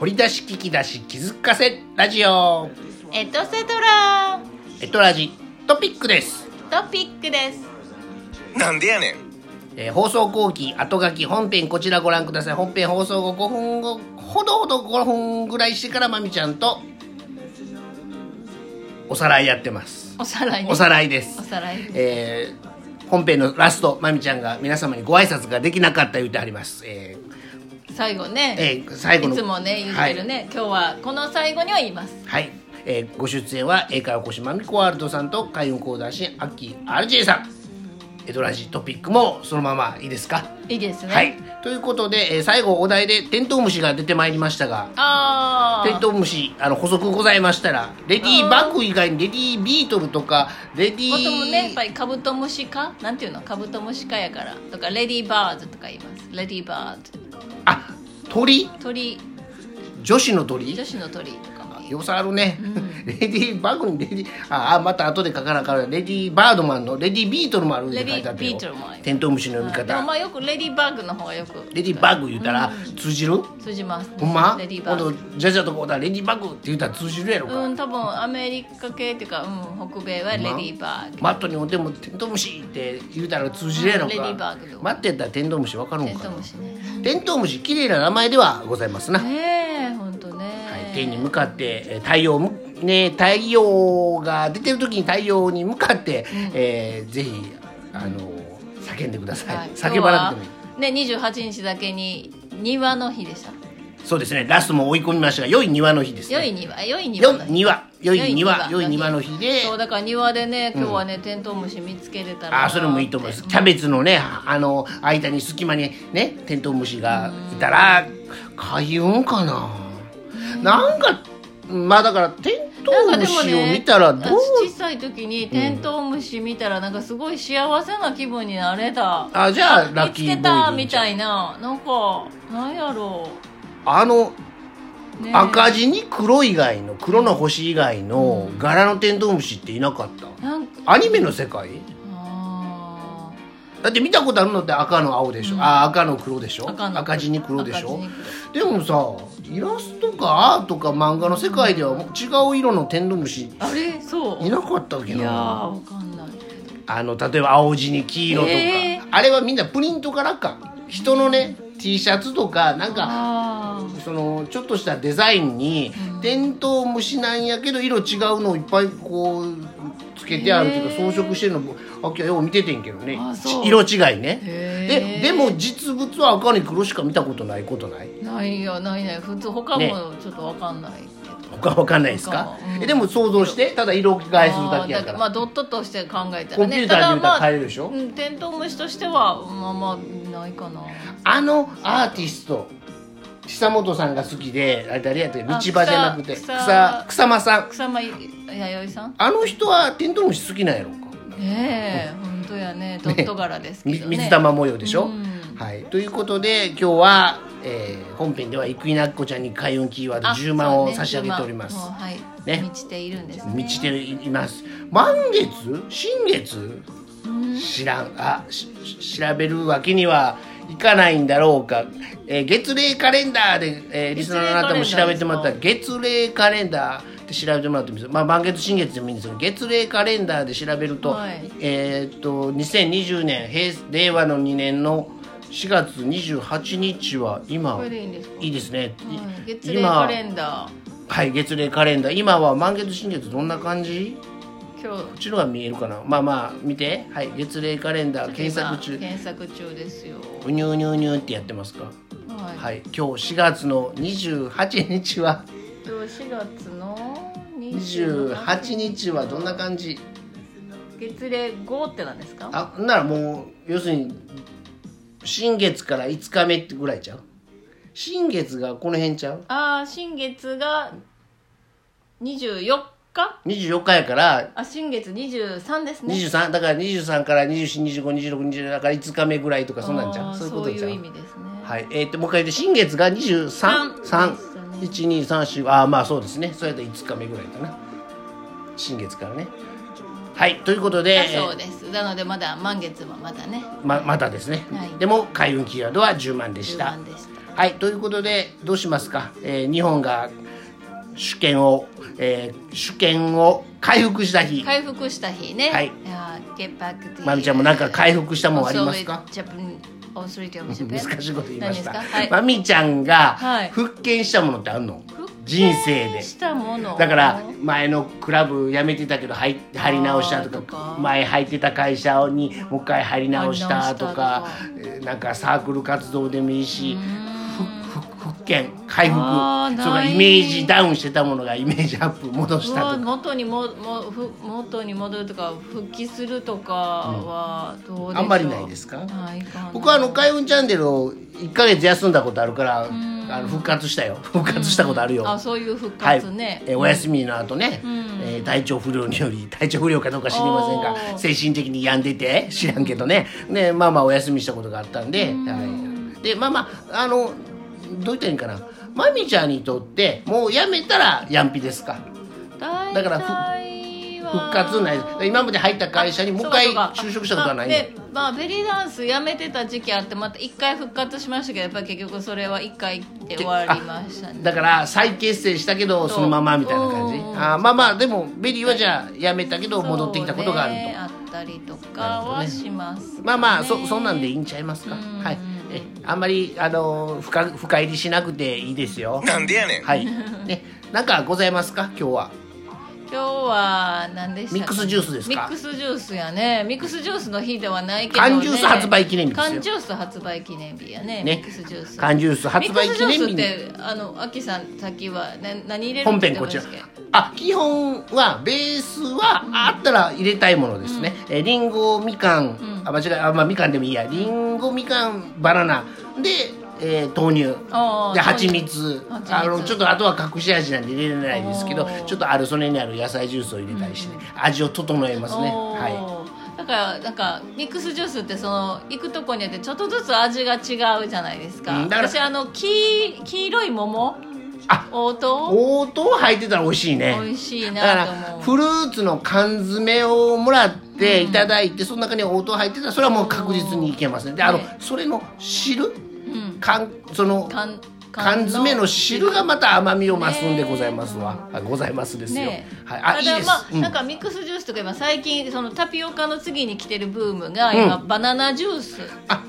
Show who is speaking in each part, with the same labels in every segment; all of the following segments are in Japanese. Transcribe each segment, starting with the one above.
Speaker 1: 掘り出し聞き出し気づかせラジオ
Speaker 2: エトセトラ
Speaker 1: エトラジトピックです、
Speaker 2: トピックです
Speaker 3: なんでやねん
Speaker 1: えー放送後期後書き本編こちらご覧ください本編放送後5分後ほどほど5分ぐらいしてからまみちゃんとおさらいやってます
Speaker 2: おさらいね
Speaker 1: おさらいで
Speaker 2: お
Speaker 1: す
Speaker 2: さらい
Speaker 1: えー本編のラストまみちゃんが皆様にご挨拶ができなかった言うてあります、えー
Speaker 2: 最後ね、
Speaker 1: えー最後の
Speaker 2: いつもね言ってるね、今日はこの最後には言います
Speaker 1: はい、えーご出演は英会話講師マミコワールドさんと海運講談師アッキー RJ さんエドラジトピックもそのままいいですか、
Speaker 2: いいですね、
Speaker 1: はいということで、えー最後お題でテントウムシが出てまいりましたが
Speaker 2: あ
Speaker 1: テン
Speaker 2: あ
Speaker 1: トウムシあの補足ございましたらレディーバッグ以外にレディービートルとかレディー
Speaker 2: もともねやっぱりカブトムシ科なんていうのカブトムシ科やからとかレディーバーズとか言いますレディーバーズ
Speaker 1: あ鳥
Speaker 2: 鳥
Speaker 1: 女子の鳥
Speaker 2: 女子の鳥とかもいい
Speaker 1: よさあるね、 レディーバッグにレディーああまた後で書かなあからレディーバードマンのレディービートルもあるんで書いてあった
Speaker 2: レディービ
Speaker 1: よ
Speaker 2: ートルもある
Speaker 1: テントウムシの呼び
Speaker 2: でもま
Speaker 1: 方
Speaker 2: あよくレディーバーグの方がよく
Speaker 1: レディーバッグ言うたら通じる、
Speaker 2: 通じます、
Speaker 1: ほんま
Speaker 2: レディー
Speaker 1: 今
Speaker 2: バ
Speaker 1: 度
Speaker 2: ー
Speaker 1: ジャジャとこうだレディーバッグって言ったら通じるやろか、
Speaker 2: うん多分アメリカ系っていうか、うん、北米はレディーバーグ
Speaker 1: マットにおてもテントウムシって言うたら通じるやろ
Speaker 2: うんレディ
Speaker 1: か
Speaker 2: ーバ、ッグ
Speaker 1: マットやったらテントウムシわかる
Speaker 2: テ
Speaker 1: ん
Speaker 2: ン
Speaker 1: か
Speaker 2: ト
Speaker 1: な
Speaker 2: ウムシね
Speaker 1: テントウムシ綺麗な名前ではございますな、はい、
Speaker 2: ねえほんとね、
Speaker 1: 天に向かってえー太陽むね太陽が出てる時に太陽に向かって、えーぜひあの叫んでください、
Speaker 2: はい
Speaker 1: 叫ばなくてもいい
Speaker 2: 今日はね28日だけに庭の日でした
Speaker 1: そうですねラストも追い込みましたが良い庭の日ですね
Speaker 2: 良い庭良い庭
Speaker 1: よ
Speaker 2: の日
Speaker 1: 庭良い庭良
Speaker 2: 良
Speaker 1: い庭
Speaker 2: い庭
Speaker 1: の日で
Speaker 2: そうだから庭でね今日はね、テントウムシ見つけれたらな
Speaker 1: あーそれもいいと思います
Speaker 2: っ
Speaker 1: キャベツのねああの間に隙間にねテントウムシがいたら開運かななんかまあだからテントウムシを見たらどう
Speaker 2: 小さい時にテントウムシ見たらなんかすごい幸せな気分になれた
Speaker 1: あじゃあラッ
Speaker 2: 見
Speaker 1: キー
Speaker 2: つ
Speaker 1: ボーイ
Speaker 2: け
Speaker 1: ズ
Speaker 2: たみたいななんかなんやろ
Speaker 1: あの
Speaker 2: う、ね
Speaker 1: 赤字に黒以外の黒の星以外の柄のテントウムシっていなかった
Speaker 2: なんか
Speaker 1: アニメの世界
Speaker 2: あ
Speaker 1: だって見たことあるのって赤の青でしょ、あ赤の黒でしょ
Speaker 2: ー赤の
Speaker 1: 赤字に黒でしょ
Speaker 2: 赤字に黒
Speaker 1: でもさイラストかアートか漫画の世界では違う色のテントウムシ
Speaker 2: あれそう
Speaker 1: いなかったっけ
Speaker 2: いやー
Speaker 1: な
Speaker 2: わかんないけど
Speaker 1: あの例えば青地に黄色とか、
Speaker 2: えー
Speaker 1: あれはみんなプリントからか人のね T シャツとかなんか
Speaker 2: あー
Speaker 1: そのちょっとしたデザインにテントウムシなんやけど色違うのをいっぱいこうつけてあるっていうか
Speaker 2: へー
Speaker 1: 装飾してるのもあきはよう見ててんけどね
Speaker 2: あそう
Speaker 1: 色違いねで
Speaker 2: へー
Speaker 1: でも実物は赤に黒しか見たことないことない
Speaker 2: ないよないない普通他
Speaker 1: ね
Speaker 2: もちょっとわかんないけど、
Speaker 1: 他わかんないですか
Speaker 2: 他もうん
Speaker 1: えでも想像してただ色替えするだけや
Speaker 2: あー
Speaker 1: か
Speaker 2: まあ
Speaker 1: ら
Speaker 2: ドットとして考えたらね
Speaker 1: コンピューターで言うたら変えれるでしょ
Speaker 2: ただまあうん、テントウムシとしてはまあまあないかな
Speaker 1: あのアーティスト久本さんが好きであれ誰やったっけ道
Speaker 2: あ
Speaker 1: 場じゃなくて
Speaker 2: 草
Speaker 1: 草草間さん
Speaker 2: 草間弥生さん
Speaker 1: あの人はテントウムシ好きなんやろか
Speaker 2: ねえ本当やねドット柄ですけ
Speaker 1: み
Speaker 2: どね
Speaker 1: 水玉模様でしょ、
Speaker 2: うん
Speaker 1: はい、ということで今日は、えー本編ではイクイナッコちゃんに開運キーワード
Speaker 2: あ
Speaker 1: 10万
Speaker 2: そう
Speaker 1: を
Speaker 2: ね
Speaker 1: 差し上げております、
Speaker 2: 10万もうはい、
Speaker 1: ね
Speaker 2: 満ちているんですね
Speaker 1: 満ちています満月新月知らんあしし調べるわけにはいかないんだろうか、えー月齢カレンダーで、えーリスナーのあなたも調べてもらったら月齢カレンダーで調べてもらってもいいですまあ、満月新月でもいいんですけど月齢カレンダーで調べると,、
Speaker 2: はい
Speaker 1: えーっと2020年平令和の2年の4月28日は今
Speaker 2: これでいいんですか
Speaker 1: いいですね、い
Speaker 2: はい月齢カレ
Speaker 1: 今
Speaker 2: ンダー
Speaker 1: はい月齢カレンダー今は満月新月どんな感じ
Speaker 2: 今日
Speaker 1: こっちのが見えるかなまあまあ見てはい月齢カレンダー検索中
Speaker 2: 今検索中ですよ
Speaker 1: うにゅうにゅうにゅうってやってますか
Speaker 2: はい、
Speaker 1: はい今日4月の28日は
Speaker 2: 今日4月の
Speaker 1: 28日はどんな感じ
Speaker 2: 月齢5ってなんですか
Speaker 1: あほんならもう要するに新月から5日目ってぐらいちゃう新月がこの辺ちゃう
Speaker 2: あー新月が24日
Speaker 1: ?24 日やから
Speaker 2: あ新月23ですね
Speaker 1: 23だから23から24252627だから5日目ぐらいとかそんなんちゃ
Speaker 2: あ
Speaker 1: う
Speaker 2: ー
Speaker 1: そういうことちゃ
Speaker 2: そう
Speaker 1: う
Speaker 2: いう意味ですね
Speaker 1: はい、えー、ともう一回言って新月が
Speaker 2: 三ですよね
Speaker 1: 2331234ああまあそうですねそれだと5日目ぐらいかな新月からねはいということで
Speaker 2: だそうです、なのでまだ満月もまだね
Speaker 1: ままたですね、
Speaker 2: はい
Speaker 1: でも開運キーワードは10万でした
Speaker 2: 10万でした
Speaker 1: はいということでどうしますか、えー日本が主権を、えー主権を回復した日
Speaker 2: 回復した日ね
Speaker 1: はい
Speaker 2: やー get back to
Speaker 1: まみちゃんもなんか回復したもんありますか
Speaker 2: Also with Japan- Authority of
Speaker 1: 難
Speaker 2: Japan
Speaker 1: しいこと言いました、
Speaker 2: 何ですかはい
Speaker 1: まみちゃんが
Speaker 2: はい
Speaker 1: 復権したものってあるの、
Speaker 2: 復権
Speaker 1: 人生で
Speaker 2: したもの
Speaker 1: だから前のクラブ辞めてたけど入っ入り直したとか
Speaker 2: あーとか
Speaker 1: 前入ってた会社にもう一回入り直したとか
Speaker 2: 入
Speaker 1: えーなんかサークル活動でもいいしふふ復権回復
Speaker 2: あー
Speaker 1: そうか
Speaker 2: ない
Speaker 1: イメージダウンしてたものがイメージアップ戻し
Speaker 2: う
Speaker 1: た
Speaker 2: わ
Speaker 1: とか
Speaker 2: 元にももふ元に戻るとか復帰するとかはどうでしょう、
Speaker 1: あんまりないですか
Speaker 2: ないかな
Speaker 1: 僕はあの開運チャンネルを1ヶ月休んだことあるからあの復活したよ復活したことあるよ
Speaker 2: あそういう復
Speaker 1: はい
Speaker 2: 活ね、
Speaker 1: えーお休みの後ね、えー体調不良により 体調不良かどうか知りません
Speaker 2: おー
Speaker 1: が精神的に病んでて知らんけどねでまあまあお休みしたことがあったんで、はい、でまあまああのどう言ったらいいんかなマミちゃんにとってもうやめたらやんぴですか
Speaker 2: 大
Speaker 1: だからふ
Speaker 2: 体は
Speaker 1: 復活ないです今まで入った会社にもう一回就職したことはない
Speaker 2: の
Speaker 1: の
Speaker 2: で、まあ、ベリーダンスやめてた時期あってまた一回復活しましたけどやっぱり結局それは一回で終わりましたね
Speaker 1: だから再結成したけどそのままみたいな感じ
Speaker 2: うん
Speaker 1: あーまあまあでもベリーはじゃあやめたけど戻ってきたことがあると
Speaker 2: そうねあったりとかはします、
Speaker 1: まあまあそそんなんでいいんちゃいますか。
Speaker 2: ん
Speaker 1: はい。えあんまりあのー深深入りしなくていいですよ。
Speaker 3: なんでやねん。
Speaker 1: はい。ねなんかございますか今日は。
Speaker 2: 今日は何でしたか
Speaker 1: ミックスジュースですか
Speaker 2: ミックスジュースやねミックスジュースの日ではないけど、ね、
Speaker 1: 缶ジュース発売記念日です
Speaker 2: 缶
Speaker 1: よ。
Speaker 2: ジュース発売記念日やね
Speaker 1: ね
Speaker 2: ミックスジュース
Speaker 1: 缶ジュース発売記念日
Speaker 2: ミ
Speaker 1: に
Speaker 2: ックスジュースってあのアキさんさっきは、ね、何入れる
Speaker 1: 本
Speaker 2: って
Speaker 1: 編
Speaker 2: 言
Speaker 1: こ
Speaker 2: っ
Speaker 1: ち
Speaker 2: て
Speaker 1: ら
Speaker 2: ましたっけ。
Speaker 1: あ基本はベースはあったら入れたいものですね。えリンゴみかん、あ間違えあまあみかんでもいいや。リンゴみかんバナナで。えー豆乳
Speaker 2: あー
Speaker 1: で
Speaker 2: 豆乳
Speaker 1: 蜂蜜
Speaker 2: 蜂蜜
Speaker 1: あのちょっとあとは隠し味なんで入れれないですけど
Speaker 2: おー
Speaker 1: ちょっとアルソネにある野菜ジュースを入れたりして、ね味を整えますね
Speaker 2: おー
Speaker 1: は
Speaker 2: だからなんかミックスジュースってその行くとこによってちょっとずつ味が違うじゃないですか,、
Speaker 1: うんだから
Speaker 2: 私あの黄黄色い桃
Speaker 1: いあ
Speaker 2: 黄桃
Speaker 1: 応答入ってたら美味しいね
Speaker 2: 美味し
Speaker 1: だ
Speaker 2: い
Speaker 1: か
Speaker 2: なと
Speaker 1: ら
Speaker 2: 思う
Speaker 1: フルーツの缶詰をもらっていただいて、その中に応答入ってたらそれはもう確実にいけますねであの
Speaker 2: ね
Speaker 1: それの汁
Speaker 2: うん
Speaker 1: 缶その
Speaker 2: 缶
Speaker 1: 缶詰の汁がまた甘みを増すんで
Speaker 2: ね
Speaker 1: ございますわ、あございますですよ、
Speaker 2: ね
Speaker 1: はい、
Speaker 2: た
Speaker 1: あいい
Speaker 2: だ
Speaker 1: です、
Speaker 2: まあ
Speaker 1: うん
Speaker 2: なんかミックスジュースとか今最近そのタピオカの次に来てるブームが今、バナナジュース
Speaker 1: あ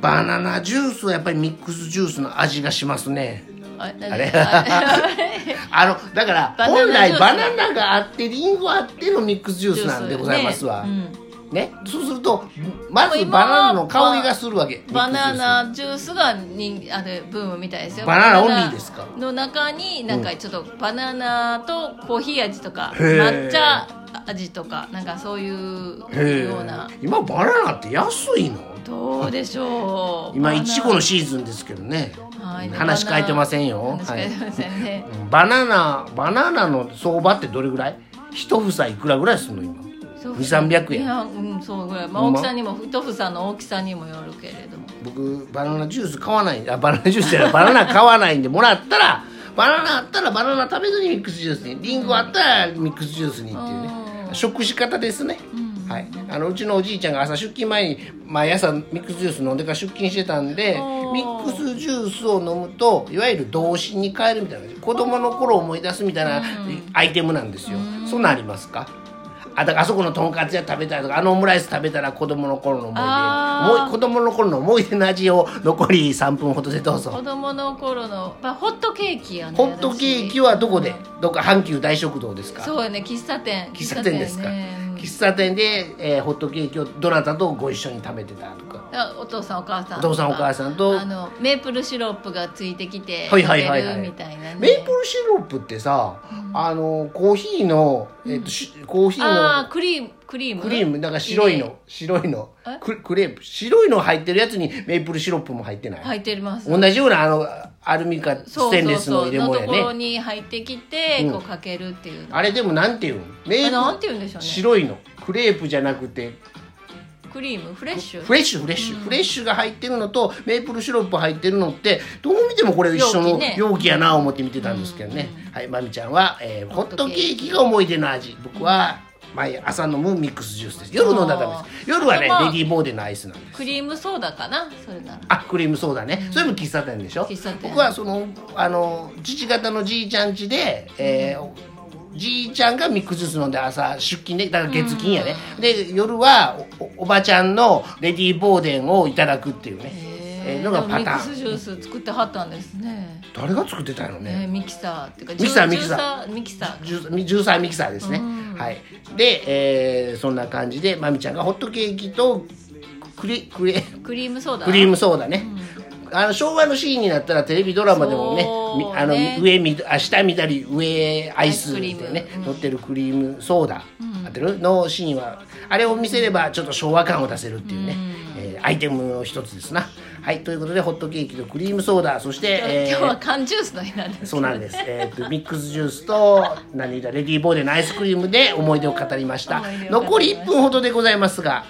Speaker 1: バナナジュースはやっぱりミックスジュースの味がしますね
Speaker 2: あれ
Speaker 1: あれ
Speaker 2: れ
Speaker 1: あのだから
Speaker 2: バナナ
Speaker 1: 本来
Speaker 2: ジュース
Speaker 1: バナナがあってリンゴあってのミックスジュースなんでございますわ
Speaker 2: ジ
Speaker 1: ね,、
Speaker 2: ュースね
Speaker 1: そうするとま
Speaker 2: もう
Speaker 1: ず
Speaker 2: 今は
Speaker 1: バナナの香りがするわけ
Speaker 2: うんバナ
Speaker 1: ミックスジュース
Speaker 2: ナジュースが人あれブームみたいですよ
Speaker 1: バナナオンリーですか
Speaker 2: の中になんかちょっとバナナとコーヒー味とか
Speaker 1: へー
Speaker 2: 抹茶味とかなんかそういうような
Speaker 1: へえ今バナナって安いの
Speaker 2: どうでしょう
Speaker 1: 今
Speaker 2: バナ
Speaker 1: いちごのシーズンですけどね、
Speaker 2: はい
Speaker 1: 話変えてませんよ
Speaker 2: 話変えてませんね、
Speaker 1: はいうんバナナバナナの相場ってどれぐらい一房いくらぐらいするの今
Speaker 2: そう
Speaker 1: 2300円
Speaker 2: いやうんそうぐらい、まあ、
Speaker 1: ほん
Speaker 2: 大
Speaker 1: ま
Speaker 2: きさにも太さの大きさにもよるけれども
Speaker 1: 僕バナナジュース買わないあバナナジュースじゃないバナナ買わないんでもらったらバナナあったらバナナ食べずにミックスジュースにリンゴあったらミックスジュースにっていうね食し方ですね、はい、あのうちのおじいちゃんが朝出勤前に毎朝ミックスジュース飲んでから出勤してたんで
Speaker 2: おー
Speaker 1: ミックスジュースを飲むといわゆる童心に帰るみたいな子供の頃を思い出すみたいなアイテムなんですよ、そんなんありますかあだからあそこのとんかつ屋食べたいとかあのオムライス食べたら子供の頃の思い出
Speaker 2: あー
Speaker 1: 思い子供の頃の思い出の味を残り3分ほどでどう
Speaker 2: 子
Speaker 1: ぞ
Speaker 2: 供の頃の、まあ、ホットケーキやね
Speaker 1: ホットケーキはどこでどっか阪急大食堂ですか
Speaker 2: そうよね喫茶店
Speaker 1: 喫茶店ですか
Speaker 2: ね
Speaker 1: 喫茶店で、えーホットケーキをどなたとご一緒に食べてたとか
Speaker 2: あお父さんお母さん
Speaker 1: お父さんお母さんと
Speaker 2: あのメープルシロップがついてきて
Speaker 1: はいはいはいはい
Speaker 2: 食べるみたいなね
Speaker 1: メープルシロップってさ、あのコーヒーの、えっとしコーヒー
Speaker 2: あ
Speaker 1: の
Speaker 2: ークリームクリーム
Speaker 1: クリームなんか白いの白いのククレープ白いの入ってるやつにメープルシロップも入ってない、
Speaker 2: 入ってます
Speaker 1: 同じようなあのアルミかステンレスの入れ物
Speaker 2: の
Speaker 1: や
Speaker 2: と
Speaker 1: ね
Speaker 2: ころに入ってきて、こうかけるっていうの
Speaker 1: あれでもなんていうんメ
Speaker 2: あな
Speaker 1: ー
Speaker 2: んて言うんでしょ
Speaker 1: プ
Speaker 2: うね
Speaker 1: 白いのクレープじゃなくて
Speaker 2: クリームフレッシュ
Speaker 1: フレッシュフレッシュ、フレッシュが入ってるのとメープルシロップ入ってるのってどう見てもこれ一緒
Speaker 2: 容
Speaker 1: の
Speaker 2: 器ね
Speaker 1: 容器やな思って見てたんですけどね、はいまみちゃんは、えーホットケーキが思い出の味僕は毎朝飲むミックスジュースです夜飲んだらダメです夜はね、
Speaker 2: あまあ
Speaker 1: レディーボーデンのアイスなんです
Speaker 2: クリームソーダかなそれなら
Speaker 1: あクリームソーダね、それも喫茶店でしょ
Speaker 2: 喫茶店
Speaker 1: 僕はそのあの父方のじいちゃん家で、えーじいちゃんがミックスジュース飲んで朝出勤でだから月金やね、で夜はおおおばちゃんのレディーボーデンをいただくっていうね、えーのがパ
Speaker 2: ミ
Speaker 1: タ
Speaker 2: ック
Speaker 1: ー
Speaker 2: ス
Speaker 1: ン
Speaker 2: ジュース作ってはったんですね
Speaker 1: 誰が作ってたのね
Speaker 2: ねミキサーっていうか
Speaker 1: ミキサーミキサ
Speaker 2: ーミキサー
Speaker 1: ジュースジューサーミキサーですね、はいで、えーそんな感じでまみちゃんがホットケーキとクリクリ
Speaker 2: クリームソーダ
Speaker 1: クリームソーダね、あの昭和のシーンになったらテレビドラマでもね
Speaker 2: そう
Speaker 1: みあの
Speaker 2: ね
Speaker 1: 上みあ下緑上アイス
Speaker 2: アイスク
Speaker 1: で
Speaker 2: リーム
Speaker 1: ね
Speaker 2: うん
Speaker 1: 乗ってるクリームソーダ、合ってるのシーンはあれを見せればちょっと昭和感を出せるっていうね、えーアイテムの一つですなはいということでホットケーキとクリームソーダそして、
Speaker 2: 今日
Speaker 1: えー
Speaker 2: 今日は缶ジュースの日なんですけど
Speaker 1: そうなんです。えっとミックスジュースと何だレディーボーデンのアイスクリームで思い出を語りました
Speaker 2: 思い出。を語りました
Speaker 1: 残り1分ほどでございますが、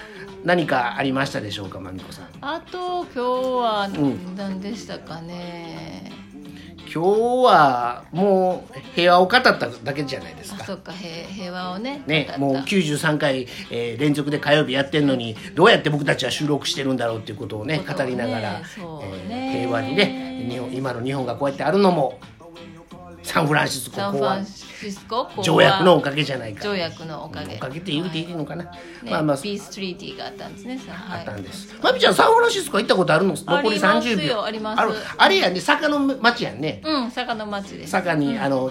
Speaker 1: 何かありましたでしょうか、まみこさん。
Speaker 2: あと今日は
Speaker 1: ん
Speaker 2: 何でしたかね、
Speaker 1: 今日はもう平和を語っただけじゃないです
Speaker 2: あ
Speaker 1: か。
Speaker 2: そっか平平和をね
Speaker 1: ね
Speaker 2: 語、った
Speaker 1: もう93回、えー連続で火曜日やってるのにどうやって僕たちは収録してるんだろうっていうことをね
Speaker 2: こと
Speaker 1: 語
Speaker 2: をね
Speaker 1: りながら、
Speaker 2: そう
Speaker 1: え
Speaker 2: ね
Speaker 1: ー平和にね日本今の日本がこうやってあるのもサンフランシスコ
Speaker 2: サンフ
Speaker 1: 公
Speaker 2: ラン
Speaker 1: 安
Speaker 2: シスコ講和
Speaker 1: 条約のおかげじゃないか
Speaker 2: 条約のおかげ
Speaker 1: おかげって言うていいのかな、
Speaker 2: ね
Speaker 1: まあまあ
Speaker 2: ピーストリーティーがあったんですね
Speaker 1: あ
Speaker 2: あ
Speaker 1: ったんです、まみちゃんサンフランシスコ行ったことあるの残り30秒
Speaker 2: ありますよあります
Speaker 1: ああれやね坂の町やんね
Speaker 2: うん坂の町です
Speaker 1: 坂に、あの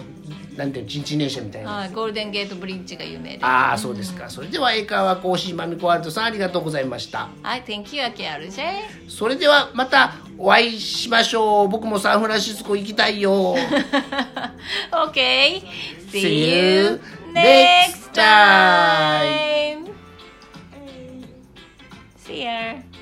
Speaker 1: なんていうのチンチン電車みたいな、
Speaker 2: はいゴールデンゲートブリッジが有名ですは
Speaker 1: ああそうですか、それでは英会話講師まみこワールドさんありがとうございました
Speaker 2: い Thank you AKRJ
Speaker 1: それではまたお会いしましょう僕もサンフランシスコ行きたいよ
Speaker 2: okay
Speaker 1: See
Speaker 2: see you
Speaker 1: you
Speaker 2: next
Speaker 1: next time.
Speaker 2: time see ya